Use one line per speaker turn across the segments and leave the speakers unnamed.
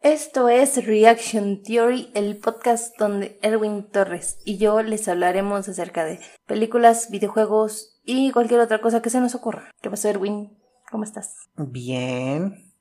Esto es Reaction Theory, el podcast donde Erwin Torres y yo les hablaremos acerca de películas, videojuegos y cualquier otra cosa que se nos ocurra. ¿Qué pasó, Erwin? ¿Cómo estás?
Bien.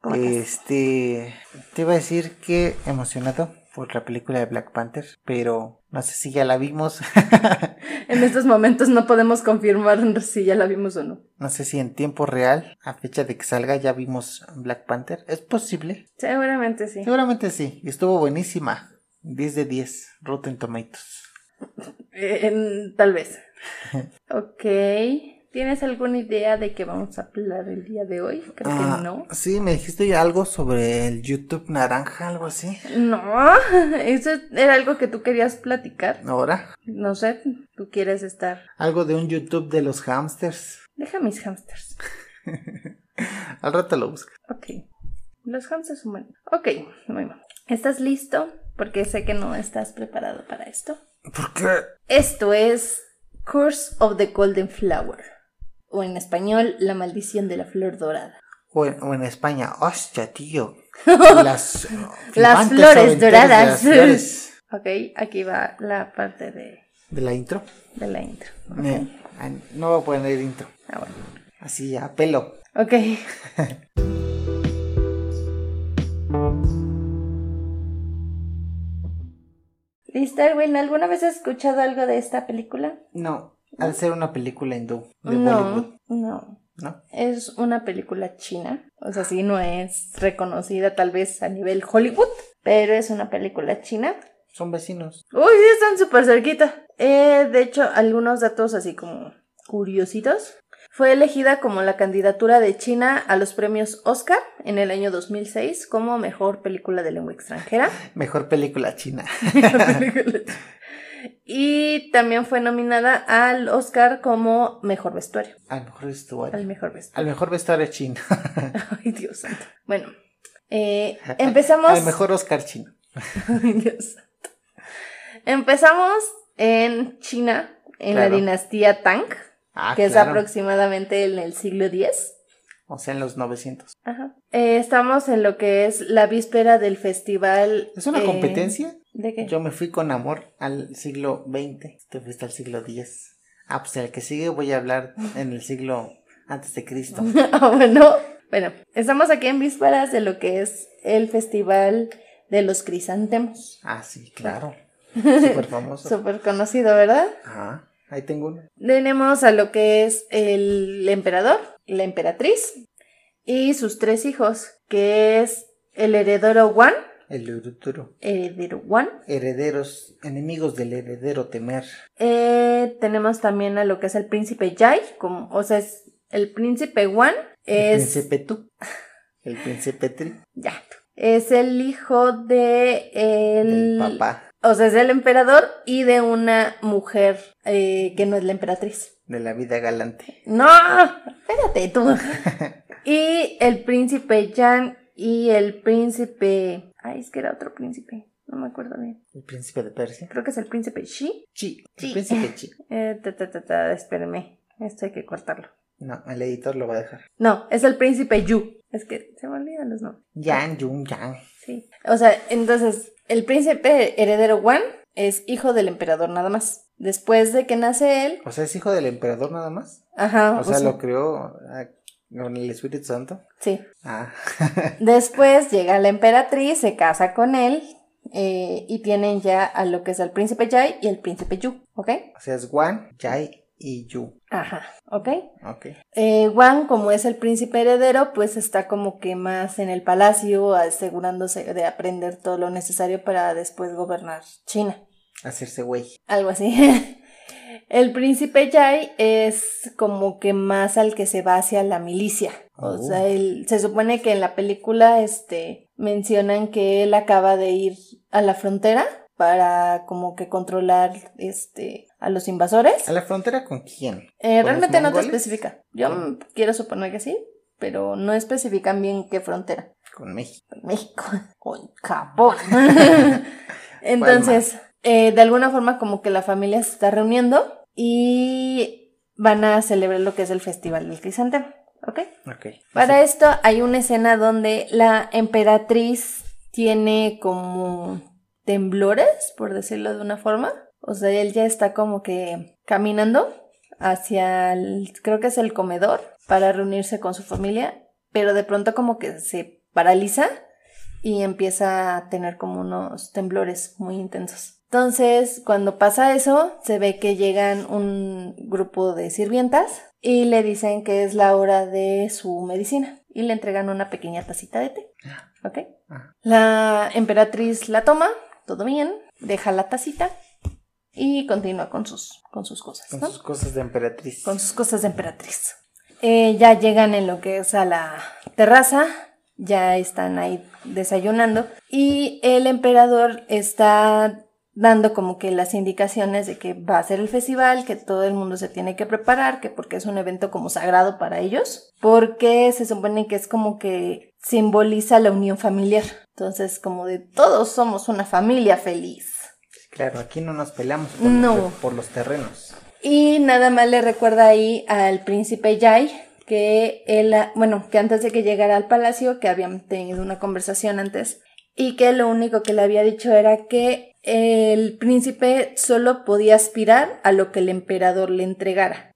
¿Cómo estás?
Este, te iba a decir que emocionado por la película de Black Panther, pero no sé si ya la vimos.
En estos momentos no podemos confirmar si ya la vimos o no.
no sé si en tiempo real, a fecha de que salga, ya vimos Black Panther. ¿Es posible?
Seguramente sí.
Seguramente sí. Estuvo buenísima. 10 de 10. Rotten Tomatoes.
Eh, en- tal vez. Ok. ¿Tienes alguna idea de qué vamos a hablar el día de hoy? Creo
Ah,
que no.
Sí, me dijiste ya algo sobre el YouTube naranja, algo así.
No, eso era algo que tú querías platicar.
Ahora,
No sé, tú quieres estar.
algo de un YouTube de los hamsters.
Deja mis hamsters.
Al rato lo busco.
Ok. Los hamsters humanos. Ok, muy bien. ¿Estás listo? Porque sé que no estás preparado para esto.
¿Por qué?
Esto es Curse of the Golden Flower. O en español, La maldición de la flor dorada.
O en, o en España, hostia, tío. Las, oh,
Las
flipantes
flores
aventuras de
doradas.
las flores.
Ok, aquí va la parte de,
¿De la intro?
de la intro.
Eh, ay, no voy a poner intro.
Ah, bueno.
Así, a pelo.
Ok. ¿Listo, Erwin? ¿Alguna vez has escuchado algo de esta película?
No, al ser una película hindú de Bollywood,
No, no.
¿no?
Es una película china. O sea, sí, no es reconocida tal vez a nivel Hollywood, pero es una película china.
Son vecinos.
Uy, sí, están súper cerquita. Eh, de hecho, algunos datos así como curiositos. Fue elegida como la candidatura de China a los premios Oscar en el año 2006 como mejor película de lengua extranjera.
Mejor película china.
y también fue nominada al Oscar como mejor vestuario.
A lo mejor
Al
vestuario.
mejor vestuario.
Al mejor vestuario chino.
Ay, Dios santo. Bueno, eh, empezamos.
Al mejor Oscar chino.
Ay, Dios santo. Empezamos en China, en
Claro.
la dinastía Tang, que
Ah,
es
claro.
aproximadamente en el siglo X.
O sea, en los 900.
Ajá. Eh, estamos en lo que es la víspera del festival.
¿Es una
eh,
competencia?
¿De qué?
Yo me fui con amor al siglo XX, te fuiste al siglo X. Ah, pues el que sigue voy a hablar en el siglo antes de Cristo.
Ah, bueno. Bueno, estamos aquí en vísperas de lo que es el festival de los crisantemos.
Ah, sí, claro. Súper famoso.
Súper conocido, ¿verdad?
Ah, ahí tengo uno.
Tenemos a lo que es el emperador, la emperatriz y sus tres hijos, que es el heredero Wan,
El Uruturu.
heredero Wan.
Herederos, enemigos del heredero temer.
Eh, tenemos también a lo que es el príncipe Jai, como, o sea, es el príncipe Wan
El
es
príncipe tú. El príncipe tri.
ya, es el hijo de
El
el,
papá
o sea, es del emperador y de una mujer eh, que no es la emperatriz.
de la vida galante.
No, espérate tú. Y el príncipe Jan y el príncipe... Ay, es que era otro príncipe. No me acuerdo bien.
El príncipe de Persia.
Creo que es el príncipe Shi.
Chi.
Chi.
El príncipe Chi.
Eh, ta, ta, ta, ta, espérenme. Esto hay que cortarlo.
No, el editor lo va a dejar.
No, es el príncipe Yu. Es que se me olvidan los nombres.
Yan, Yun, Yang.
Sí. O sea, entonces, el príncipe heredero Wan es hijo del emperador nada más. Después de que nace él...
O sea, es hijo del emperador nada más.
Ajá.
O sea, lo creó ah, con el Espíritu Santo.
Sí.
Ah,
Después llega la emperatriz, se casa con él eh, y tienen ya a lo que es el príncipe Jai y el príncipe Yu, ¿ok?
o sea, es Wan, Jai y Yu.
Ajá, ¿ok?
Ok.
Eh, Wang, como es el príncipe heredero, pues está como que más en el palacio, asegurándose de aprender todo lo necesario para después gobernar China,
Hacerse güey.
algo así. El príncipe Jai es como que más al que se va hacia la milicia. O
Oh.
sea, él, se supone que en la película este, mencionan que él acaba de ir a la frontera para como que controlar este, a los invasores.
¿A la frontera con quién?
Eh,
¿Con los
realmente no te
mongoles? Ah.
especifica. Yo
¿Con-
mm, quiero suponer que sí, pero no especifican bien qué frontera.
Con México.
México. Con Japón. Entonces, eh, de alguna forma como que la familia se está reuniendo y van a celebrar lo que es el Festival del Crisantemo, ¿ok?
Ok.
Para esto hay una escena donde la emperatriz tiene como temblores, por decirlo de una forma. O sea, él ya está como que caminando hacia el, creo que es el comedor, para reunirse con su familia, pero de pronto como que se paraliza y empieza a tener como unos temblores muy intensos. Entonces, cuando pasa eso, se ve que llegan un grupo de sirvientas y le dicen que es la hora de su medicina y le entregan una pequeña tacita de té.
Ah.
¿Ok? La emperatriz la toma, todo bien, deja la tacita y continúa con sus, con sus cosas,
Con
¿no?
sus cosas de emperatriz.
con sus cosas de emperatriz. Eh, ya llegan en lo que es a la terraza, ya están ahí desayunando y el emperador está dando como que las indicaciones de que va a ser el festival, que todo el mundo se tiene que preparar, que porque es un evento como sagrado para ellos, porque se supone que es como que simboliza la unión familiar. Entonces, como de todos somos una familia feliz.
Claro, aquí no nos peleamos por,
No.
los, por los terrenos.
Y nada más le recuerda ahí al príncipe Jai que él, ah, bueno, que antes de que llegara al palacio, que habían tenido una conversación antes, y que lo único que le había dicho era que el príncipe solo podía aspirar a lo que el emperador le entregara.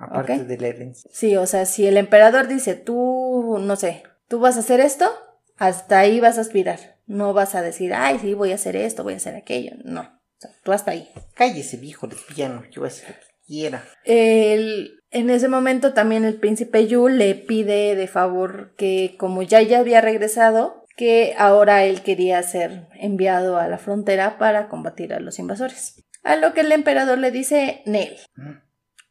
Aparte
Ok.
de la herencia.
Sí, o sea, si el emperador dice, tú, no sé, tú vas a hacer esto, hasta ahí vas a aspirar. No vas a decir, ay, sí, voy a hacer esto, voy a hacer aquello. No, o sea, tú hasta ahí.
Cállese, viejo lesbiano. Yo voy a hacer lo que quiera.
El- en ese momento también el príncipe Yu le pide de favor que como ya ya había regresado, que ahora él quería ser enviado a la frontera para combatir a los invasores. A lo que el emperador le dice, Nel,
Mm.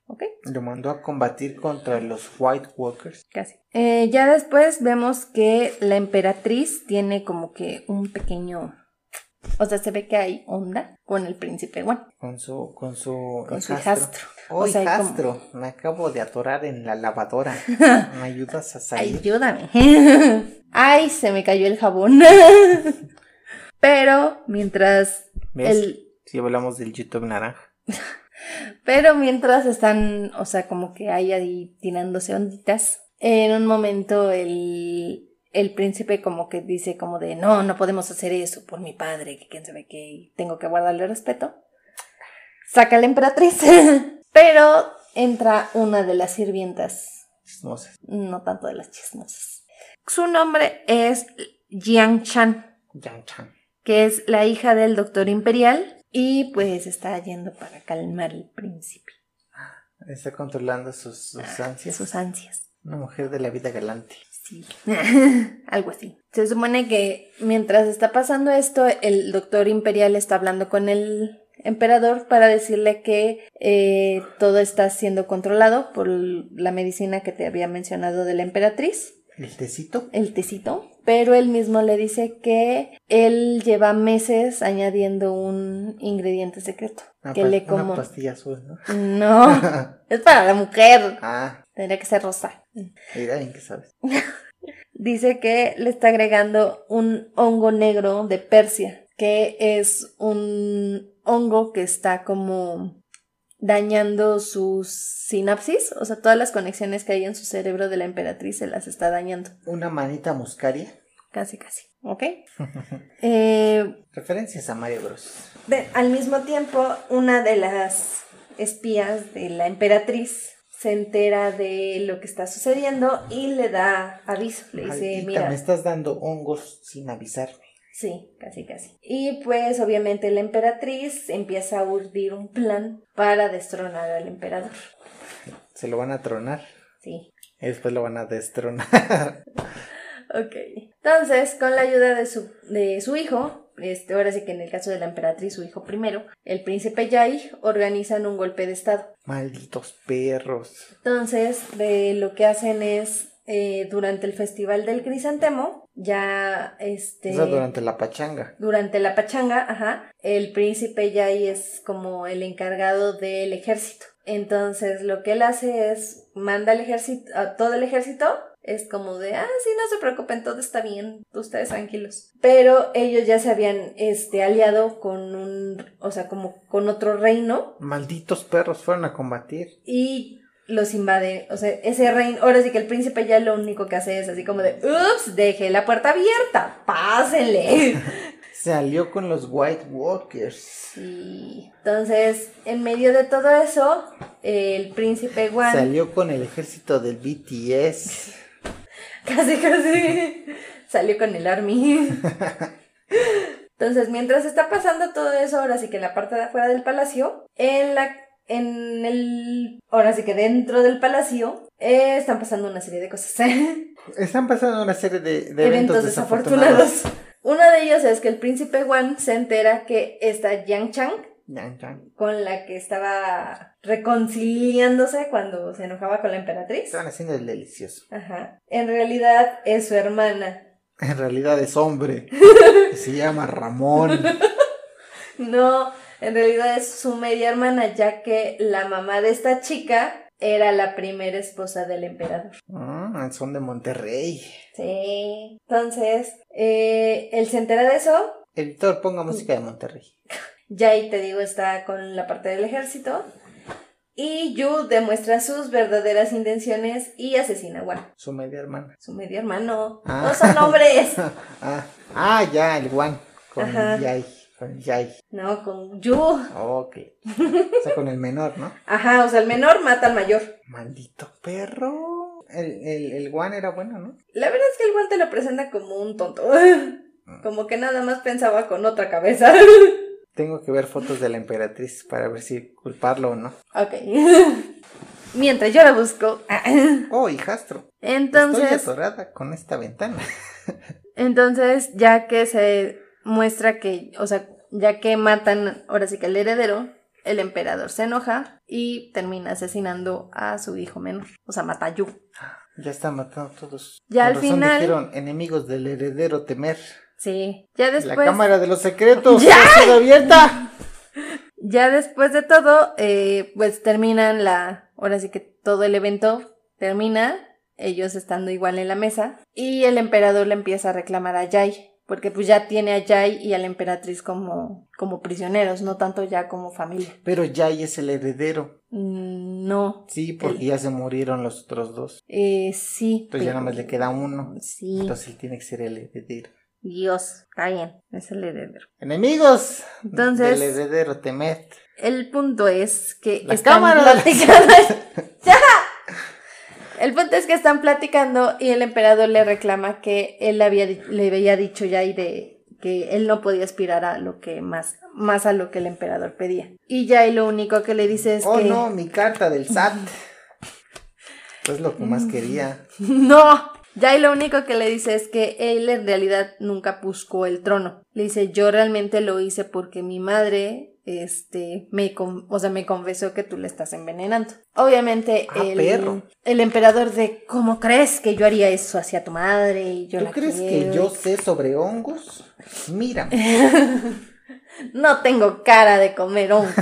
¿ok?
Lo mandó a combatir contra los White Walkers.
Casi. Eh, ya después vemos que la emperatriz tiene como que un pequeño... O sea, se ve que hay onda con el príncipe Juan,
Con su, con su
con su
hijastro.
hijastro.
Oh,
o sea, como-
hijastro, me acabo de atorar en la lavadora. ¿Me ayudas a salir?
Ayúdame. Ay, se me cayó el jabón. Pero mientras
¿Ves?
el-
Si hablamos del YouTube naranja.
pero mientras están, o sea, como que hay ahí tirándose onditas, en un momento el el príncipe como que dice como de, "No, no podemos hacer eso por mi padre, que quién sabe qué, y tengo que guardarle respeto." Saca a la emperatriz. Pero entra una de las sirvientas
Chismosas.
no tanto de las chismosas. Su nombre es Jiang Chan,
Yang Chan.
que es la hija del doctor imperial y pues está yendo para calmar al príncipe
Está controlando sus, sus ansias.
sus ansias.
Una mujer de la vida galante.
Sí. Algo así. Se supone que mientras está pasando esto, el doctor imperial está hablando con el emperador para decirle que eh, todo está siendo controlado por la medicina que te había mencionado de la emperatriz.
El tecito.
el tecito, pero él mismo le dice que él lleva meses añadiendo un ingrediente secreto
Una
que
pas-
le
Una
como Oh.
pastilla azul, ¿no?
no es para la mujer
ah,
tendría que ser rosa
mira bien que sabes.
dice que le está agregando un hongo negro de Persia que es un hongo que está como dañando sus sinapsis, o sea, todas las conexiones que hay en su cerebro de la emperatriz se las está dañando,
Una manita muscaria.
casi casi, ¿ok? Eh,
Referencias a Mario Bros.
De- al mismo tiempo, una de las espías de la emperatriz se entera de lo que está sucediendo y le da aviso. Le dice,
Maldita,
mira,
me estás dando hongos sin avisarme.
sí, casi, casi. Y pues obviamente la emperatriz empieza a urdir un plan para destronar al emperador.
Se lo van a tronar.
Sí,
Y después lo van a destronar.
Ok. Entonces, con la ayuda de su, de su hijo, este, ahora sí que en el caso de la emperatriz, su hijo primero, el príncipe Yai, organizan un golpe de estado.
Malditos perros.
Entonces, de lo que hacen es eh, durante el festival del crisantemo, ya este
O sea, durante la pachanga.
durante la pachanga, ajá, el príncipe ya ahí es como el encargado del ejército. Entonces, lo que él hace es manda al ejército a todo el ejército es como de, ah, sí, no se preocupen, todo está bien, ustedes tranquilos. Pero ellos ya se habían, este, aliado con un, o sea, como con otro reino,
Malditos perros fueron a combatir.
y los invade, o sea, ese reino, ahora sí que el príncipe ya lo único que hace es así como de, ups, dejé la puerta abierta, pásenle.
Salió con los White Walkers.
Sí. Entonces, en medio de todo eso, el príncipe Wan,
Salió con el ejército del BTS.
casi casi, salió con el army. Entonces, mientras está pasando todo eso, ahora sí que en la parte de afuera del palacio, en la en el ahora sí que dentro del palacio eh, están pasando una serie de cosas.
Están pasando una serie de, de eventos,
eventos
desafortunados.
desafortunados. Uno de ellos es que el príncipe Wan se entera que está Yang Chang,
Yan, yan.
con la que estaba reconciliándose cuando se enojaba con la emperatriz.
Estaban haciendo el delicioso.
Ajá. En realidad es su hermana.
En realidad es hombre. Se llama Ramón.
No, en realidad es su media hermana, ya que la mamá de esta chica era la primera esposa del emperador.
Ah, son de Monterrey.
Sí. Entonces, eh, él se entera de eso.
Editor, ponga música de Monterrey.
Ya ahí te digo, está con la parte del ejército. Y Yu demuestra sus verdaderas intenciones y asesina a Wan,
Su media hermana.
su medio hermano.
Ah.
No son hombres.
Ah, ah, ya, el Juan. Con
Ajá.
el Yai. Con el Yai.
No, con Yu.
Ok. O sea, con el menor, ¿no?
Ajá, o sea, el menor mata al mayor.
Maldito perro. El, el, el Juan era bueno, ¿no?
La verdad es que el guante lo presenta como un tonto. Como que nada más pensaba con otra cabeza.
Tengo que ver fotos de la emperatriz para ver si culparlo o no.
Ok. Mientras yo la busco.
Oh, hijastro. Estoy
Entonces,
atorada con esta ventana.
entonces, ya que se muestra que, o sea, ya que matan ahora sí que al heredero, el emperador se enoja y termina asesinando a su hijo menor. O sea, mata a Yu.
Ya están matando a todos.
Ya al
razón
final-
Dijeron, enemigos del heredero temer.
Sí. Ya después.
La cámara de los secretos.
¡Ya!
ha sido abierta!
Ya después de todo, eh, pues terminan la. Ahora sí que todo el evento termina, ellos estando igual en la mesa, y el emperador le empieza a reclamar a Jai, porque pues ya tiene a Jai y a la emperatriz como, como prisioneros, no tanto ya como familia.
Pero Yai es el heredero.
Mm, No,
Sí, porque
El-
ya se murieron los otros dos.
eh, sí.
Entonces ya
pero-
nada más le queda uno.
Sí,
Entonces él tiene que ser el heredero.
Dios, está bien, es el heredero.
Enemigos
Entonces-
del heredero temer.
El punto es que
La
están
cámara de la-
platicando. ¡Ya! El punto es que están platicando y el emperador le reclama que él había di- le había dicho ya y de que él no podía aspirar a lo que más más a lo que el emperador pedía. Y ya y lo único que le dice es
Oh
que
no, mi carta del SAT. Es lo que
Mm,
más quería.
no. Ya y lo único que le dice es que él en realidad nunca buscó el trono. Le dice, "Yo realmente lo hice porque mi madre este, me, con- o sea, me confesó que tú le estás envenenando. Obviamente,
Ah,
el,
perro.
el emperador de, ¿cómo crees que yo haría eso hacia tu madre? Y yo
¿Tú
la
crees
quiero
que
y- Eh.
yo sé sobre hongos? Mira,
No tengo cara de comer hongos.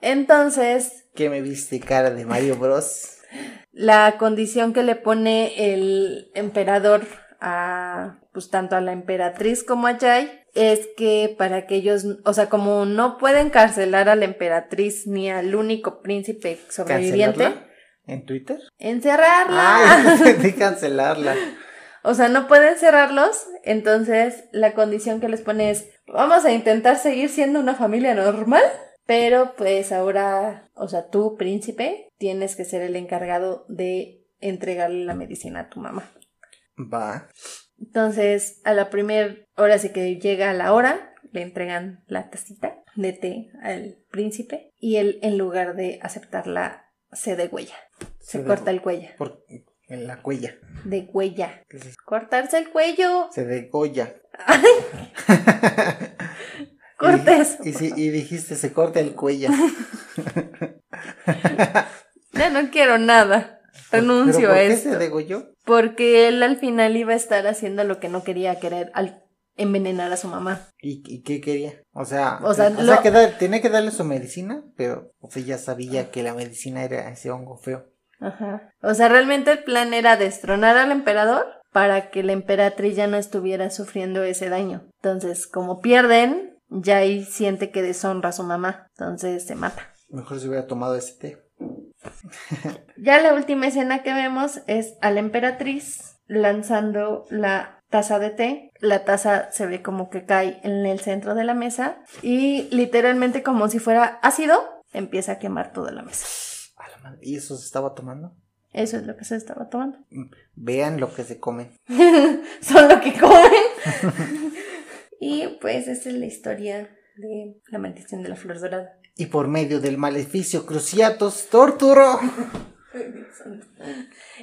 Entonces,
que me viste cara de Mario Bros.
la condición que le pone el emperador a, pues tanto a la emperatriz como a Jai, es que para que ellos, o sea, como no pueden encarcelar a la emperatriz ni al único príncipe sobreviviente,
¿Cancelarla? ¿En Twitter?
encerrarla.
Ay, de cancelarla.
O sea, no pueden cerrarlos, entonces la condición que les pone es, vamos a intentar seguir siendo una familia normal, pero pues ahora, o sea, tú, príncipe, tienes que ser el encargado de entregarle la medicina a tu mamá.
Va.
Entonces, a la primera hora sí que llega la hora, le entregan la tacita de té al príncipe y él, en lugar de aceptarla, se degüella, se,
Se
corta
de-
el cuello,
Por, en la cuella.
de huella.
¿Qué es eso?
Cortarse el cuello.
Se degolla.
Cortes.
Y, sí, y dijiste, se corta el cuello.
Ya no quiero nada. Renuncio
¿Pero
a
por qué se
esto.
degolló?
Porque él al final iba a estar haciendo lo que no quería querer al envenenar a su mamá.
¿Y, y qué quería? O sea,
O sea,
o
lo-
que dar- tenía que darle su medicina, pero o sea, ya sabía que la medicina era ese hongo feo.
Ajá. O sea, realmente el plan era destronar al emperador para que la emperatriz ya no estuviera sufriendo ese daño. Entonces, como pierden, ya ahí siente que deshonra a su mamá. Entonces se mata.
Mejor se hubiera tomado ese té.
Ya la última escena que vemos es a la emperatriz lanzando la taza de té. La taza se ve como que cae en el centro de la mesa y literalmente como si fuera ácido empieza a quemar toda la mesa.
A la madre, ¿Y eso se estaba tomando?
Eso es lo que se estaba tomando.
Vean lo que se comen.
Son lo que comen. y pues esa es la historia de la maldición de la flor dorada.
Y por medio del maleficio Cruciatus Torturo.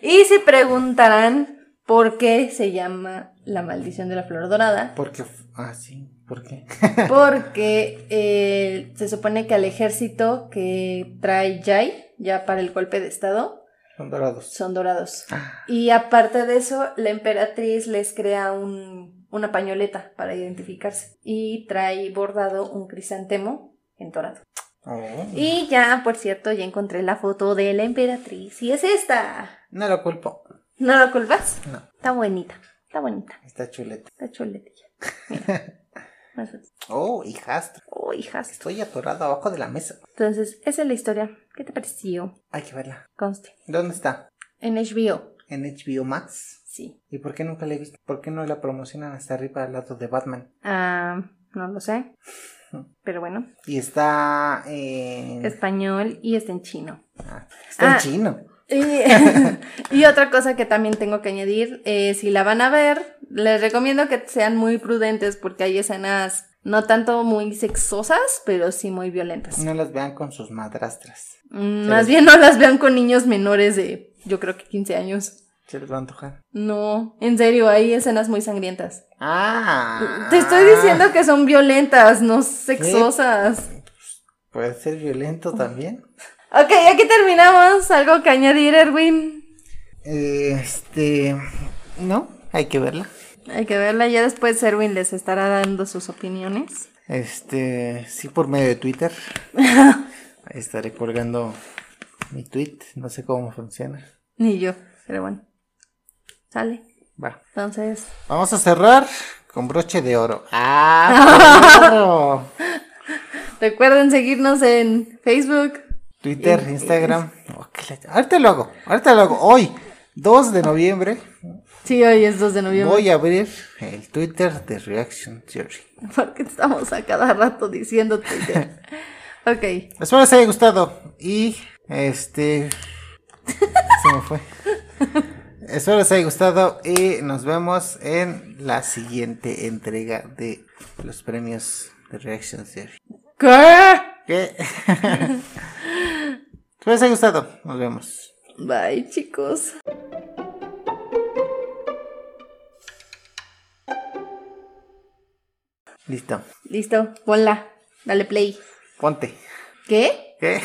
Y se preguntarán por qué se llama la maldición de la flor dorada.
Porque. Ah, sí. ¿Por qué?
Porque eh, se supone que al ejército que trae Jai, ya para el golpe de estado,
Son dorados.
son dorados. Y aparte de eso, la emperatriz les crea un, una pañoleta para identificarse. Y trae bordado un crisantemo en dorado.
Oh.
Y ya, por cierto, ya encontré la foto de la emperatriz. Y es esta.
No lo culpo.
¿No la culpas?
No.
Está bonita. Está bonita.
Está chuleta.
Está chuletilla. Mira. Más o-
Oh, hijastro.
Oh, hijas.
Estoy atorado abajo de la mesa.
Entonces, esa es la historia. ¿Qué te pareció?
Hay que verla.
Conste.
¿Dónde está?
En HBO.
En HBO Max.
Sí.
¿Y por qué nunca la he visto? ¿Por qué no la promocionan hasta arriba al lado de Batman?
Ah, no lo sé. Pero bueno.
Y está en...
Español y está en chino.
Ah, está
Ah.
en chino.
Y, y otra cosa que también tengo que añadir, eh, si la van a ver, les recomiendo que sean muy prudentes porque hay escenas no tanto muy sexosas, pero sí muy violentas.
No las vean con sus madrastras.
Mm,
Sí.
Más bien no las vean con niños menores de, yo creo que 15 años.
Se les va a antojar.
No, en serio, hay escenas muy sangrientas.
Ah.
Te estoy diciendo que son violentas, no sexosas.
Puede ser violento también.
Ok, aquí terminamos. Algo que añadir, Erwin.
Eh, Este... No, hay que verla.
Hay que verla, ya después Erwin les estará dando sus opiniones.
Este, sí, por medio de Twitter. Ahí estaré colgando mi tweet. No sé cómo funciona.
Ni yo, pero bueno. Sale.
Va.
Entonces,
Vamos a cerrar con broche de oro. ¡Ah! claro!
recuerden seguirnos en Facebook.
Twitter,
Y- y-
Instagram. Oh, qué la- Ahorita lo hago. Ahorita lo hago. Hoy, 2 de noviembre,
Sí, hoy es 2 de noviembre.
voy a abrir el Twitter de Reaction Theory.
Porque estamos a cada rato diciendo Twitter. ok.
Espero les haya gustado. Y este. Se me fue. Espero les haya gustado. Y nos vemos en la siguiente entrega de los premios de Reaction Theory.
¿Qué?
¿Qué? Espero les haya gustado. Nos vemos.
Bye, chicos.
Listo.
Listo, ponla. Dale play.
Ponte.
¿Qué?
¿Qué?